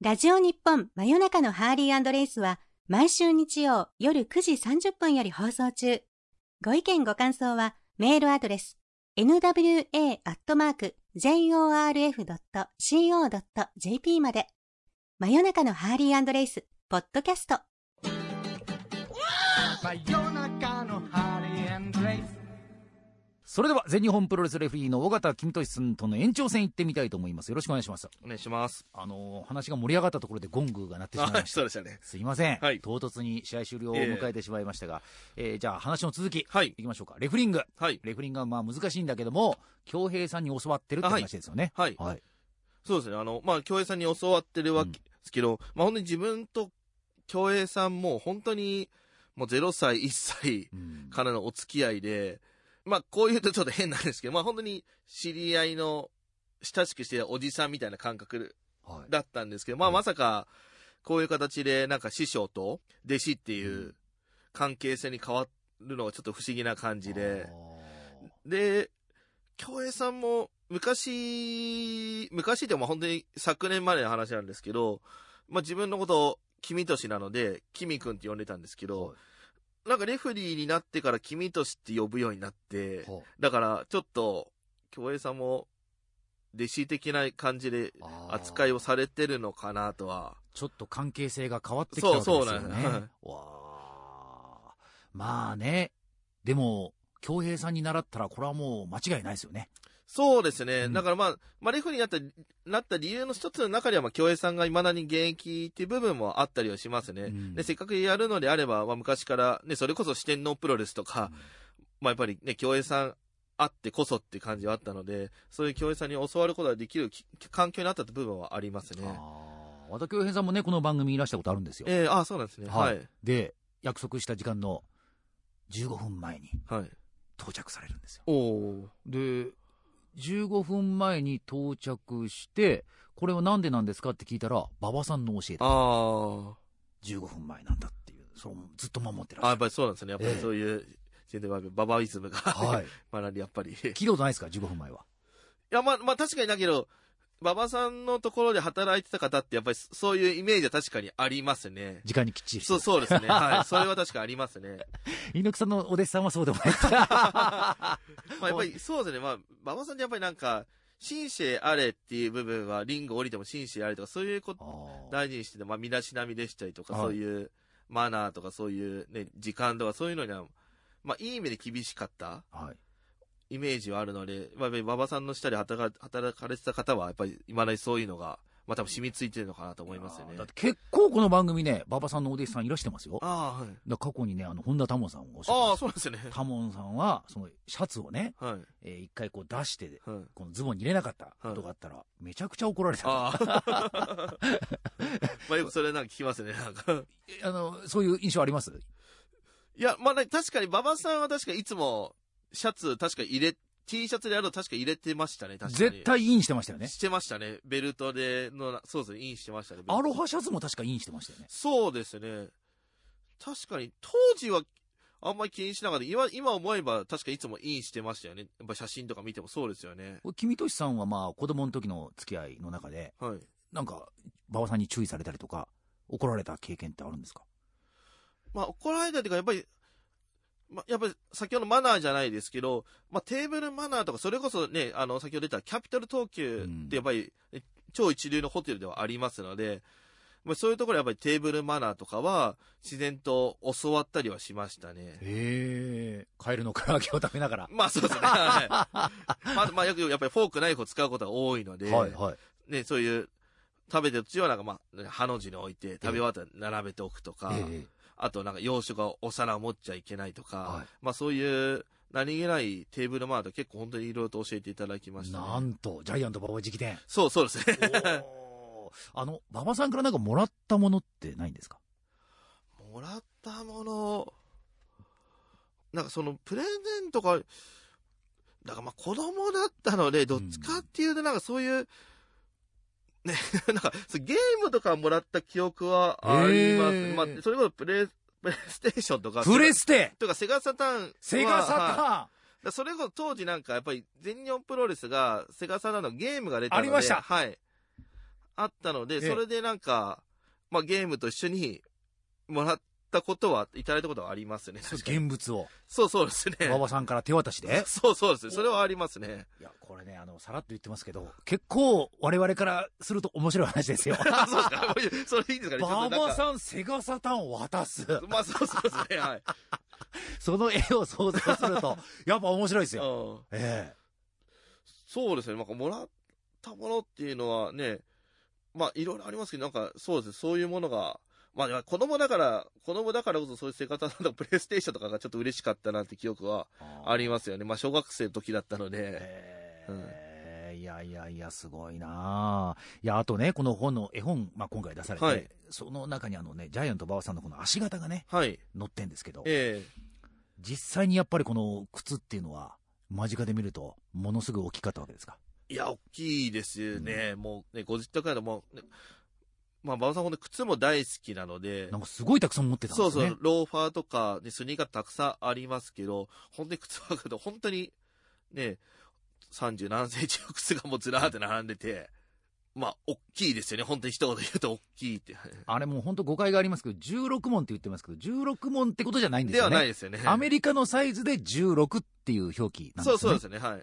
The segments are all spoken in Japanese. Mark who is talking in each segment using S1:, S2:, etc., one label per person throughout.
S1: ラジオ日本真夜中のハーリーレイスは毎週日曜夜9時30分より放送中。ご意見ご感想はメールアドレス nwa.jorf.co.jp まで。真夜中のハーリーレイス、ポッドキャスト。
S2: 真夜中のハリーレイス
S3: それでは全日本プロレスレフェリーの尾形公俊さんとの延長戦行ってみたいと思いますよろしくお願いします
S4: お願いし ます。
S3: あのー話が盛り上がったところでゴングが鳴ってしまいま
S4: あ
S3: し
S4: そう
S3: た
S4: でしたね。
S3: すいません、
S4: はい
S3: 唐突に試合終了を迎えてしまいましたが、えーじゃあ話の続き、
S4: はい
S3: いきましょうかレフリング
S4: はい。
S3: レフリングはまあ難しいんだけども恭平さんに教わってるって話ですよね
S4: はい。
S3: はい
S4: そうですね。あの、まあ、競泳さんに教わってるわけ
S3: うん
S4: ですけど、まあ、本当に自分と競泳さんも本当に、もう0歳、1歳
S3: うん
S4: からのお付き合いで、まあ、こういうとちょっと変なんですけど、まあ、本当に知り合いの、親しくしてるおじさんみたいな感覚
S3: はい
S4: だったんですけど、まあ、
S3: はい
S4: まさか、こういう形で、なんか師匠と弟子っていう関係性に変わるのがちょっと不思議な感じで、で、京平さんも昔、昔でも本当に昨年までの話なんですけど、まあ自分のことを君としなので、君くんって呼んでたんですけ
S3: あー
S4: ど、なんかレフェリーになってから君としって呼ぶようになって、
S3: ほう
S4: だからちょっと、京平さんも弟子的な感じで
S3: あー
S4: 扱いをされてるのかなとは。
S3: ちょっと関係性が変わってきたわけですよね。
S4: そうそうなんですはい
S3: わーまあね、でも、恭平さんに習ったら、これはもう間違いないですよね。
S4: そうですね。
S3: うん
S4: だからまあ、まあ、レフェリーになった、なった理由の一つの中では、まあ、京平さんが未だに現役っていう部分もあったりはしますね。
S3: うん
S4: で、せっかくやるのであれば、まあ、昔から、ね、それこそ四天王プロレスとか、まあ、やっぱりね、競泳さんあってこそって感じはあったので、そういう競泳さんに教わることができるき環境になったって部分はあります
S3: うん
S4: ね。
S3: あー和田恭平さんもね、この番組いらしたことあるんですよ。
S4: えー、あそうなんですね。
S3: は
S4: はいい。
S3: で、約束した時間の15分前に
S4: はい。
S3: 到着されるんですよ。
S4: おお
S3: で、15分前に到着して、これはなんでなんですかって聞いたら、馬場さんの教え
S4: ー。
S3: だ。
S4: あ
S3: 15分前なんだっていう、それをずっと守って
S4: あ。あ、
S3: ら
S4: や
S3: っしゃ
S4: っぱ
S3: る。
S4: りそうなんですね。やっぱりそういう、全然ババイズムが、
S3: はい。
S4: まだやっぱり。
S3: 聞いたことないですか、15分前は。
S4: いや、まあ、まあ確かにだけど、馬場さんのところで働いてた方って、やっぱりそそういうイメージは確かにありま すね。
S3: 時間にきっちりして
S4: そう、そうですね。はい。それは確かありますね。
S3: 猪木さんのお弟子さんはそうで もない。は
S4: まあ、やっぱりそうですね。まあ、馬場さんってやっぱりなんか、紳士あれっていう部分は、リング降りても紳士あれとか、そういうこと大事にしてて、まあ、身だしなみでしたりとか、
S3: はい
S4: そういうマナーとか、そういうね、時間とか、そういうのには、まあ、いい意味で厳しかった
S3: い。
S4: イメージはあるので、まあ、やっぱり馬場さんの下で働か働かれてた方は、やっぱり、いまだにそういうのが、まあ、多分染みついてるのかなと思いますよね
S3: だっ。て結構この番組ね、馬場さんのお弟子さんいらしてますよ。だか
S4: ああ、はい。
S3: ら過去にね、あの、本田タモンさんをおっしゃって
S4: あ
S3: ま
S4: あ、
S3: す
S4: そうなんですね。
S3: タモンさんは、その、シャツをね、
S4: はい。
S3: えー一回こう出して、
S4: はい。
S3: このズボンに入れなかったことがあったら、めちゃくちゃ怒られた。
S4: ああ。 まあ、よくそれなんか聞きますね、なんか。
S3: えあの、そういう印象あります
S4: いや、まあ、ね、確かに、馬場さんは確かいつも、シャツ、確か入れ、T シャツであると確か入れてましたね、確かに。
S3: 絶対インしてましたよね
S4: し。てましたね。ベルトでの、そうですね、インしてましたね。
S3: アロハシャツも確かインしてましたよね。
S4: そうですね。確かに、当時は、あんまり気にしなかった。今、今思えば、確かいつもインしてましたよね。やっぱ写真とか見てもそうですよね。
S3: これ君としさんはまあ、子供の時の付き合いの中で、
S4: はい。
S3: なんか、馬場さんに注意されたりとか、怒られた経験ってあるんですか
S4: まあ、怒られたというか、やっぱり、まあ、やっぱり、先ほどのマナーじゃないですけど、まあ、テーブルマナーとか、それこそね、あの、先ほど出たキャピトル東急って、やっぱり、超一流のホテルではありますので、まあ、そういうところはやっぱりテーブルマナーとかは、自然と教わったりはしましたね。
S3: へえ。カエルの唐揚げを食べながら。
S4: まあ、そうです ね。はいまあ、まあ、よく、やっぱりフォーク、ナイフを使うことが多いの で、
S3: はいはい。
S4: ね、そういう、食べてる途中はなんか、まあ、ハの字に置いて、食べ終わったら並べておくとか、
S3: え
S4: あとなんか洋食はお皿を持っちゃいけないとか、
S3: はい
S4: まあそういう何気ないテーブルマナーと結構本当にいろいろと教えていただきま
S3: え
S4: したね、
S3: なんと、ジャイアント馬場直 伝。
S4: そうそうですね。
S3: おーあの、馬場さんからなんかもらったものってないんですか
S4: もらったもの、なんかそのプレゼントが、だからまあ子供だったので、どっちかっていうとなんかそういう、ね、 なんかそうゲームとかもらった記憶はあります。
S3: へー
S4: まあそれこそプレイ、プレイステーションとか。
S3: プレステ
S4: とかセガサターンは。
S3: セガサタ
S4: はい
S3: ーン
S4: だからそれこそ当時なんかやっぱり全日本プロレスがセガサターンのゲームが出たの
S3: あ
S4: で。
S3: りました
S4: はい。あったの
S3: え
S4: で、
S3: え
S4: それでなんか、まあゲームと一緒にもらったことは、いただいたことはありますね。確かに
S3: 現物を、
S4: そうそうですね。
S3: 馬場さんから手渡しで。
S4: そうそうですね。それはありますね。
S3: いや、これね、あの、さらっと言ってますけど、結構、我々からすると面白い話 ですよ。
S4: あ、そうですか。それいいですかね。ちょ
S3: 馬
S4: っとなん
S3: 場
S4: か
S3: さん、セガサタンを渡す。
S4: まあそうそうですね。はい。
S3: その絵を想像すると、 やっぱ面白いですよ。
S4: うん
S3: え
S4: そうですね。なんかもらったものっていうのはね、まあいろいろありますけど、なんかそうですね。そういうものが、まあ子供だから、子供だからこそそういう生活なんだプレイステーションとかがちょっと嬉しかったなって記憶は
S3: え
S4: ありますよね。まあ小学生の時だったので。
S3: へえいやいやいや、すごいなあいや、あとね、この本の絵本、まあ、今回出されて、
S4: はい
S3: その中にあのね、ジャイアント馬場さんのこの足型がね、
S4: はい。
S3: 載ってんですけど、
S4: え
S3: 実際にやっぱりこの靴っていうのは、間近で見ると、ものすごい大きかったわけですか。
S4: えいや、大きいですよね。もうね、ご自宅だともう、ねまあ馬場さんほんと靴も大好きなので
S3: なん、かすごいたくさん持ってたんです
S4: そ
S3: よ
S4: う
S3: ね。
S4: そう、ローファーとか、ね、スニーカーたくさんありますけど、本当に靴は本当に、ね、30何センチの靴がもうずらーって並んでて、まあ、大きいですよね。本当に一言で言うと大きいって。
S3: あれもう本当誤解がありますけど、16問って言ってますけど、16問ってことじゃないんです
S4: で
S3: よ
S4: は
S3: ね。
S4: ないですよね。
S3: アメリカのサイズで16っていう表記なんですね。
S4: そうそうですね、はい。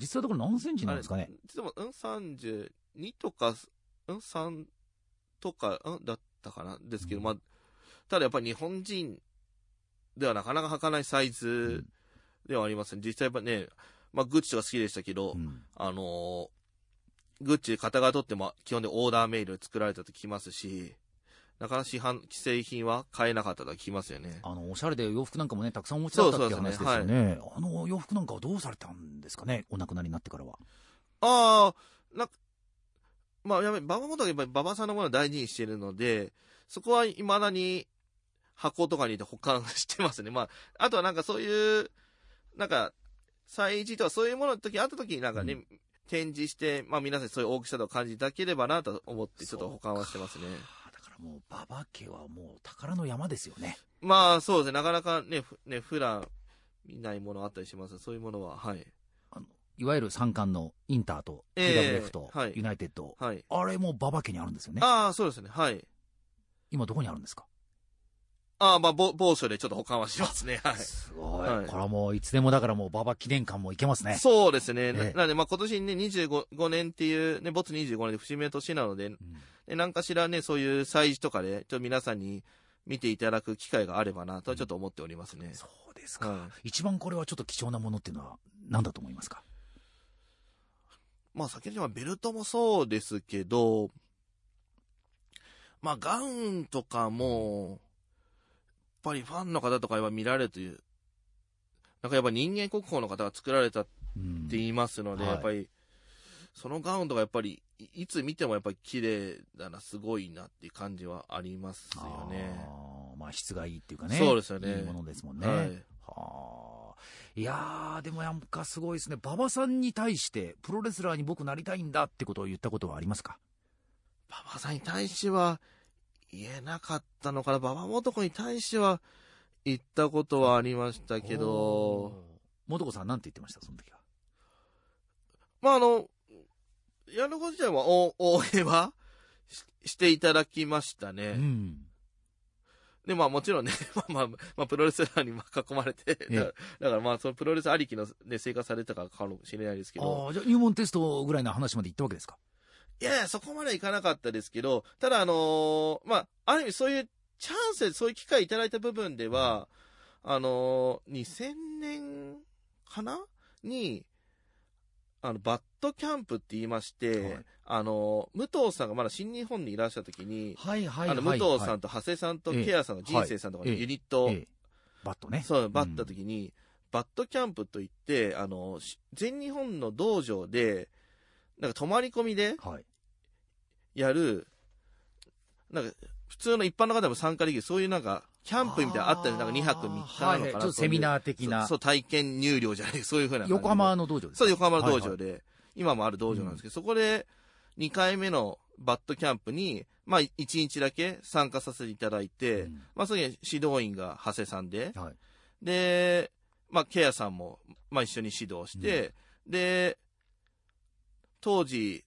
S3: 実際のところ何センチなんですか
S4: あれ
S3: ね。、
S4: でも、うん、32とか、うん、3とか、うん、だったかなですけど、まあ、ただやっぱり日本人ではなかなか履かないサイズではありますね。実際やっぱね、まあ、グッチとか好きでしたけど、
S3: うん
S4: あのーグッチ型が取っても基本でオーダーメイドで作られたと聞きますし、なかなか市販、既製品は買えなかったと聞きますよね。
S3: あの、おしゃれで洋服なんかもね、たくさんお持ちだったっていう
S4: そうそうで
S3: 話ですす
S4: ね
S3: よね。あの、洋服なんかはどうされたんですかね、お亡くなりになってからは。
S4: ああ、なんか、まあ、やっぱり、ババモトはやっぱりババさんのものを大事にしてるので、そこは未だに箱とかに入れて保管してますね。まあ、あとはなんかそういう、なんか、催事とかそういうものの時あった時になんかね、
S3: う
S4: 展示して、まあ皆さんそういう大きさとか感じていただければなと思って、ちょっと保管はしてますね。
S3: あーだからもう、馬場家はもう宝の山ですよね。
S4: まあそうですね、なかなかね、ふね普段見ないものあったりします。そういうものは、はい。
S3: あのいわゆる三冠のインターと、
S4: ええ
S3: TWF と
S4: はい
S3: ユナイテッド。
S4: はい。
S3: あれも馬場家にあるんですよね。
S4: ああ、そうですね、はい。
S3: 今どこにあるんですか
S4: ああ、まあ、ぼ某所でちょっと保管はしますね、はい。
S3: すごい。
S4: はい
S3: これはもう、いつでもだからもう、馬場記念館も行けますね。
S4: そうですね。な
S3: ええ
S4: なので、まあ今年ね、25 5年っていう、ね、没25年で節目の年なので、
S3: うん
S4: ね、何かしらね、そういう祭事とかで、ちょっと皆さんに見ていただく機会があればなと、ちょっと思っておりますね。
S3: そうですか。
S4: はい。
S3: 一番これはちょっと貴重なものっていうのは何だと思いますか
S4: まあ先ほどのベルトもそうですけど、まあガウンとかも、やっぱりファンの方とかは見られるという、なんかやっぱ人間国宝の方が作られた
S3: うん
S4: って言いますので、
S3: はい
S4: やっぱり、そのガウンとかやっぱり、いいつ見てもやっぱり綺麗だな、すごいなっていう感じはありますよね。
S3: あーまあ質がいいっていうかね。
S4: そうですよね
S3: いいものですもんね。
S4: は。
S3: はいあ。いやー、でもなんかすごいですね。馬場さんに対して、プロレスラーに僕なりたいんだってことを言ったことはありますか
S4: 馬場さんに対しては言えなかったのかな、馬場元子に対しては言ったことはありましたけ
S3: おー
S4: ど、。
S3: 元子さんなんて言ってました、その時は。
S4: まああの、やること自体は応応援はししていただきましたね。
S3: うん。
S4: で、まあもちろんね、 まあまあ、まあプロレスラーにまあ囲まれて、
S3: ええ
S4: だからだからまあそのプロレスありきのね、生活されてたかかもしれないですけど、
S3: ああ、じゃあ入門テストぐらいの話まで行ったわけですか
S4: いやいや、そこまではいかなかったですけど、ただあのーまあ、ある意味そういうチャンス、そういう機会いただいた部分では、あのー2000年かなに、あの、バッドキャンプって言いまして、
S3: はい
S4: あのー武藤さんがまだ新日本にいらっしゃった時に、
S3: はいは
S4: あの、武藤さんと長谷さんと
S3: ええ
S4: ケアさんの人生さんとかの
S3: はい
S4: ユニット、
S3: ええバットね。
S4: そう、バッタ時に、バットキャンプといって、あの、し全日本の道場で、なんか泊まり込みで
S3: うんはい。
S4: やる、なんか、普通の一般の方も参加できる、そういうなんか、キャンプみたいなのあったんで、なんか2泊3日なのかな、
S3: はいはいちょっとセミ
S4: ー
S3: ナー的な。
S4: そう、体験入寮じゃない、そういうふうな感じで。
S3: 横浜の道場ですか
S4: そう、横浜の道場
S3: はい
S4: で、今もある道場なんですけど、そこで、2回目のバットキャンプに、まあ、1日だけ参加させていただいて、
S3: はいうん
S4: まあ、そういう指導員が長谷さんで、
S3: はい
S4: で、まあ、ケアさんも、まあ、一緒に指導して、で、当時、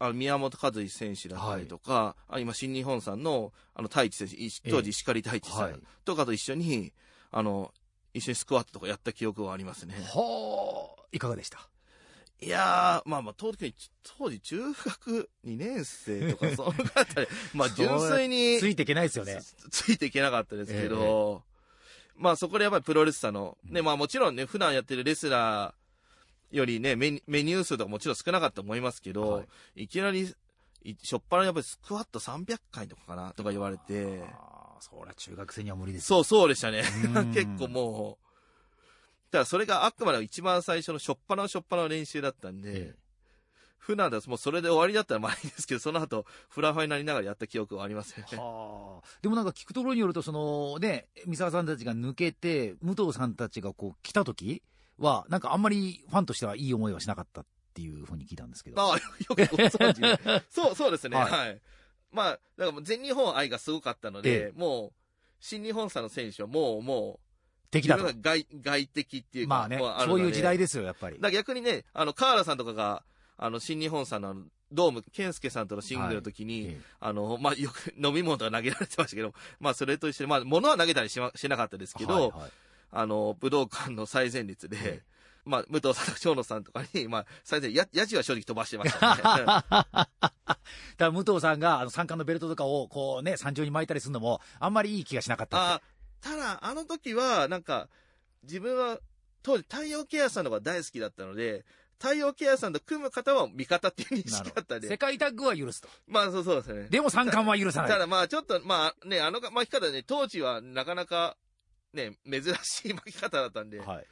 S4: あの宮本和一選手だったりとか、あ今、新日本さんのあの太一選手、い当時、石狩太一さ
S3: はい
S4: んとかと一緒に、あの一緒にスクワットとかやった記憶はありますね。
S3: はあ、いかがでした
S4: いやー、まあまあ、当時、当時中学2年生とか、そのあたり、まあ、
S3: それ
S4: 純粋に
S3: ついていけないですよね。
S4: つついていけなかったですけど、まあそこでやっぱりプロレスラーの、ね、まあもちろんね、普段やってるレスラーよりね、メニメニュー数とかもちろん少なかったと思いますけど、、
S3: はい
S4: きなり、いしょっぱらやっぱりスクワット300回とかかなとか言われて、
S3: ああ、そりゃ中学生には無理ですよ。
S4: そうそうでしたね。
S3: うん
S4: 結構もう、ただからそれがあくまでも一番最初のしょっぱなしょっぱなの練習だったんで、
S3: ええ
S4: 普段だともうそれで終わりだったらまあいいんですけど、その後、フラファになりながらやった記憶はありませんね。
S3: はあ。でもなんか聞くところによると、そのね、三沢さんたちが抜けて、武藤さんたちがこう来た時は、なんかあんまりファンとしてはいい思いはしなかったっていうふうに聞いたんですけど。
S4: ああ、よくご存知で。そう、そうですね。
S3: はい
S4: はい。まあ、だからもう全日本愛がすごかったので、もう、新日本さんの選手はもう、もう、
S3: 敵だ
S4: 自
S3: と
S4: 分。が外外敵っていうか、
S3: まあね
S4: も、る
S3: そ
S4: の
S3: う
S4: で
S3: いう時代ですよ、やっぱり
S4: だか。ら逆にね、あの、河原さんとかが、あの、新日本さんのあの、ドーム、健介さんとのシングルの時
S3: え
S4: に、
S3: え
S4: あの、まあ、よく飲み物とか投げられてましたけど、まあ、それと一緒に、まあ、物は投げたりし,、ま、しなかったですけど、
S3: はいはい
S4: あの、武道館の最前列で、
S3: え
S4: まあ、武藤さんとか長野さんとかに、まあ、最前列、や、やじは正直飛ばしてま したね。
S3: だから武藤さんがあの三冠のベルトとかをこうね、山頂に巻いたりするのも、あんまりいい気がしなかったって。
S4: あただ、あの時は、なんか、自分は、当時、太陽ケアさんの方が大好きだったので、太陽ケアさんと組む方は味方っていう認
S3: な
S4: 識
S3: る
S4: だった
S3: ほ
S4: ん
S3: ど。世
S4: で、
S3: 界タッグは許すと。
S4: まあ、そうそうですね。
S3: でも三冠は許さない。
S4: ただ、まあ、ちょっと、まあ、ね、あの巻き方ね、当時はなかなか、ね、珍しい巻き方だったんで、
S3: はい。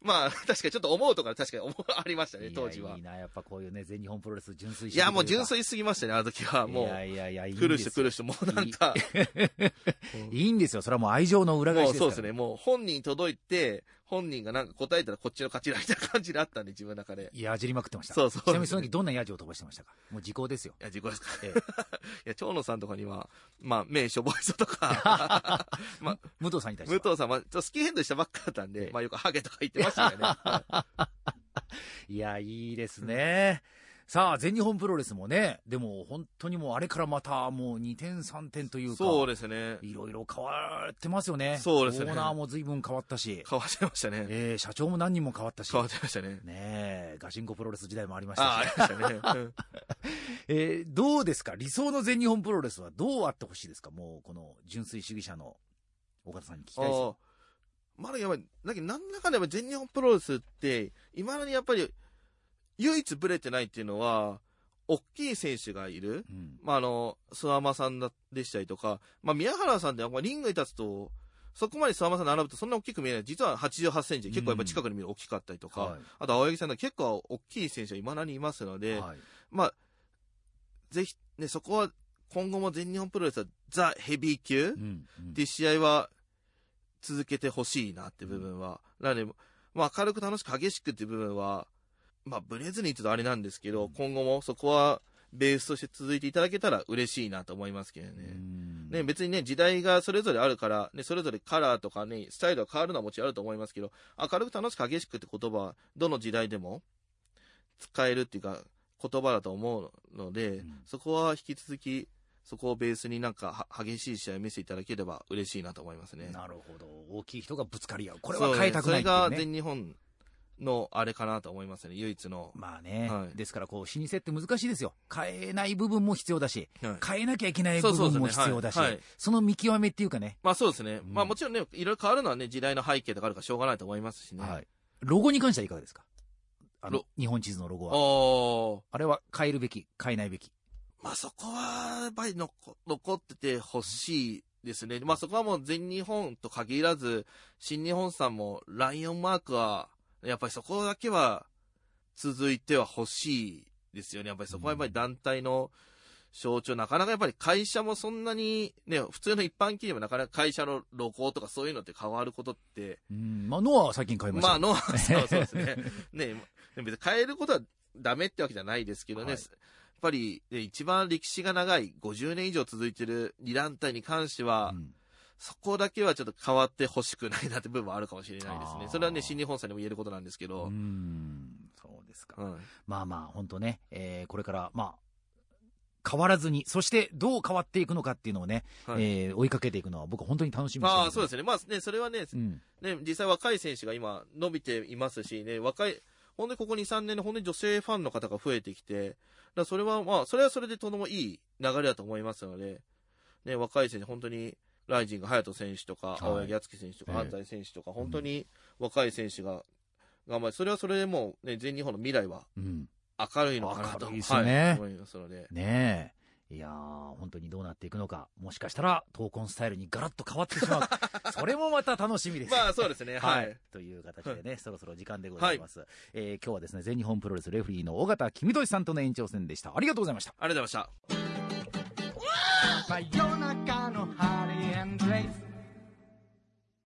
S4: まあ、確かにちょっと思うとか、確かに思う、ありましたね、
S3: いや
S4: 当時はい
S3: い。な、やっぱこういうね、全日本プロレス純粋
S4: いや、もう純粋すぎましたね、あの時は。も
S3: いや
S4: う、
S3: いやいや、いいん
S4: 来る
S3: で
S4: 人
S3: す
S4: 来
S3: よ。
S4: る人、もうなんか、
S3: いいんですよ。それはもう愛情の裏返
S4: も
S3: し
S4: う
S3: です
S4: そ
S3: か
S4: う
S3: ら。
S4: ですね、もう本人に届いて、本人がなんか答えたらこっちの勝ちだみたいな感じであったんで、自分の中で。い
S3: いや、じりまくってました。
S4: そうそう
S3: ちなみにその時どんなヤジを飛ばしてましたかもう時効ですよ。
S4: や、自己ですか。 い
S3: え
S4: や、長野さんとかには、まあ、名所ボイス とか、まあ、
S3: 武藤さんに対して
S4: 武
S3: は。
S4: 藤さんは、ちょっとスキーヘッドしたばっかだったん
S3: ええ
S4: で、まあ、よくハゲとか言ってましたよね。 はい
S3: や、いいですね。さあ、全日本プロレスもね、でも本当にもうあれからまたもう2点3点という
S4: い
S3: か、
S4: そうです ね。
S3: いろいろ変わってますよね。
S4: そうですね
S3: オーナーも随分変わったし、
S4: 変わっちゃいましたね。
S3: えー社長も何人も変わったし、
S4: 変わっ
S3: ね
S4: ちゃいましたね。
S3: え、ガシンコプロレス時代もありましたし
S4: ああ、ありました ねうん。
S3: えーどうですか理想の全日本プロレスはどうあってほしいですかもうこの純粋主義者の岡田さんに聞きたいですよ
S4: ああまだやばい、だけど、なんだかんだやっぱ全日本プロレスって、いまだにやっぱり、唯一ブレてないっていうのは、大きい選手がいる。
S3: うん
S4: まあ、あの、諏訪間さんだでしたりとか、まあ、宮原さんって、まあ、リングに立つと、そこまで諏訪間さん並ぶとそんな大きく見えない。実は88センチ、結構やっぱ近くに見る大きかったりとか、
S3: は
S4: あと青柳さんの結構大きい選手はいまだにいますの
S3: い
S4: で、
S3: はい
S4: まあ、ぜひ、ね、そこは、今後も全日本プロレスはザ・ヘビー
S3: うん
S4: 級、
S3: うん
S4: っていう試合は続けてほしいなって部分は。なので、まあ明るく楽しく激しくっていう部分は、まあブレずにちょっとあれなんですけど、今後もそこはベースとして続いていただけたら嬉しいなと思いますけど
S3: う
S4: ね。
S3: ん
S4: ね、別にね、時代がそれぞれあるから、ね、それぞれカラーとかね、スタイルが変わるのはもちろんあると思いますけど、明るく楽しく激しくって言葉は、どの時代でも使えるっていうか、言葉だと思うので、
S3: ん
S4: そこは引き続き、そこをベースになんかは激しい試合を見せていただければ嬉しいなと思いますね。
S3: なるほど大きい人がぶつかり合うこれ
S4: そう
S3: は
S4: ね
S3: 変えたくないってい
S4: そうれが
S3: ね
S4: 全日本のあれかなと思いますね、唯一の。
S3: まあね、
S4: はい
S3: ですからこう老舗って難しいですよ変えない部分も必要だし
S4: はい
S3: 変えなきゃいけない
S4: そ
S3: 部
S4: うそう
S3: 分
S4: ですね
S3: も必要だし、
S4: はいはい
S3: その見極めっていうかね、
S4: まあそうですね。
S3: うん
S4: まあもちろんね、いろいろ変わるのはね、時代の背景とかあるからしょうがないと思いますしね。
S3: はいロゴに関してはいかがですかあの
S4: ロ
S3: 日本地図のロゴは
S4: おー
S3: あれは変えるべき変えないべき
S4: まあそこは、やっぱり残残っててほしいですね。まあそこはもう全日本と限らず、新日本さんもライオンマークは、やっぱりそこだけは続いてはほしいですよね。やっぱりそこはやっぱり団体の象徴、なかなかやっぱり会社もそんなに、ね、普通の一般企業もなかなか会社のロゴとかそういうのって変わることって、
S3: うんまあノアは最近変えました
S4: まあ、
S3: よ
S4: ノア、そうそうです ね。ね、別に変えることはダメってわけじゃないですけどね。
S3: はい
S4: やっぱり、ね、一番歴史が長い、50年以上続いてる二団体に関しては、
S3: うん
S4: そこだけはちょっと変わってほしくないなって部分はあるかもしれないです
S3: あ
S4: ね
S3: ー。
S4: それはね、新日本さんにも言えることなんですけ
S3: う
S4: ど、
S3: んそうですか。
S4: うん
S3: まあまあ、本当ね、えーこれから、まあ、変わらずに、そしてどう変わっていくのかっていうのをね、
S4: はい
S3: えー追いかけていくのは僕は本当に楽しみにして
S4: あ
S3: ま。
S4: あ、そうですすね。まあね、それはね、
S3: うん。
S4: ね、実際若い選手が今伸びていますしね、若い、ほんでここ2、3年で本当に女性ファンの方が増えてきて、だからそれはまあ、それはそれでとてもいい流れだと思いますので、ね、若い選手、本当に、ライジング隼人選手とか
S3: は、い
S4: 青柳敦樹選手とか、
S3: ええ
S4: 安西選手とか、本当に若い選手が頑張る。それはそれでもう、ね、全日本の未来は
S3: うん。
S4: 明るいのかなと。
S3: 明るいですね
S4: はい思いますので。
S3: ねえ。いやー、本当にどうなっていくのか。もしかしたら、闘魂スタイルにガラッと変わってしま う。それもまた楽しみです。
S4: まあ、そうですね。は
S3: はいい。。という形でね、そろそろ時間でございます。えー今日はですね、全日本プロレスレフェリーの尾形君俊さんとの延長戦でした。ありがとうございました。
S4: ありがとうございました。
S2: 真夜中のハリーレイス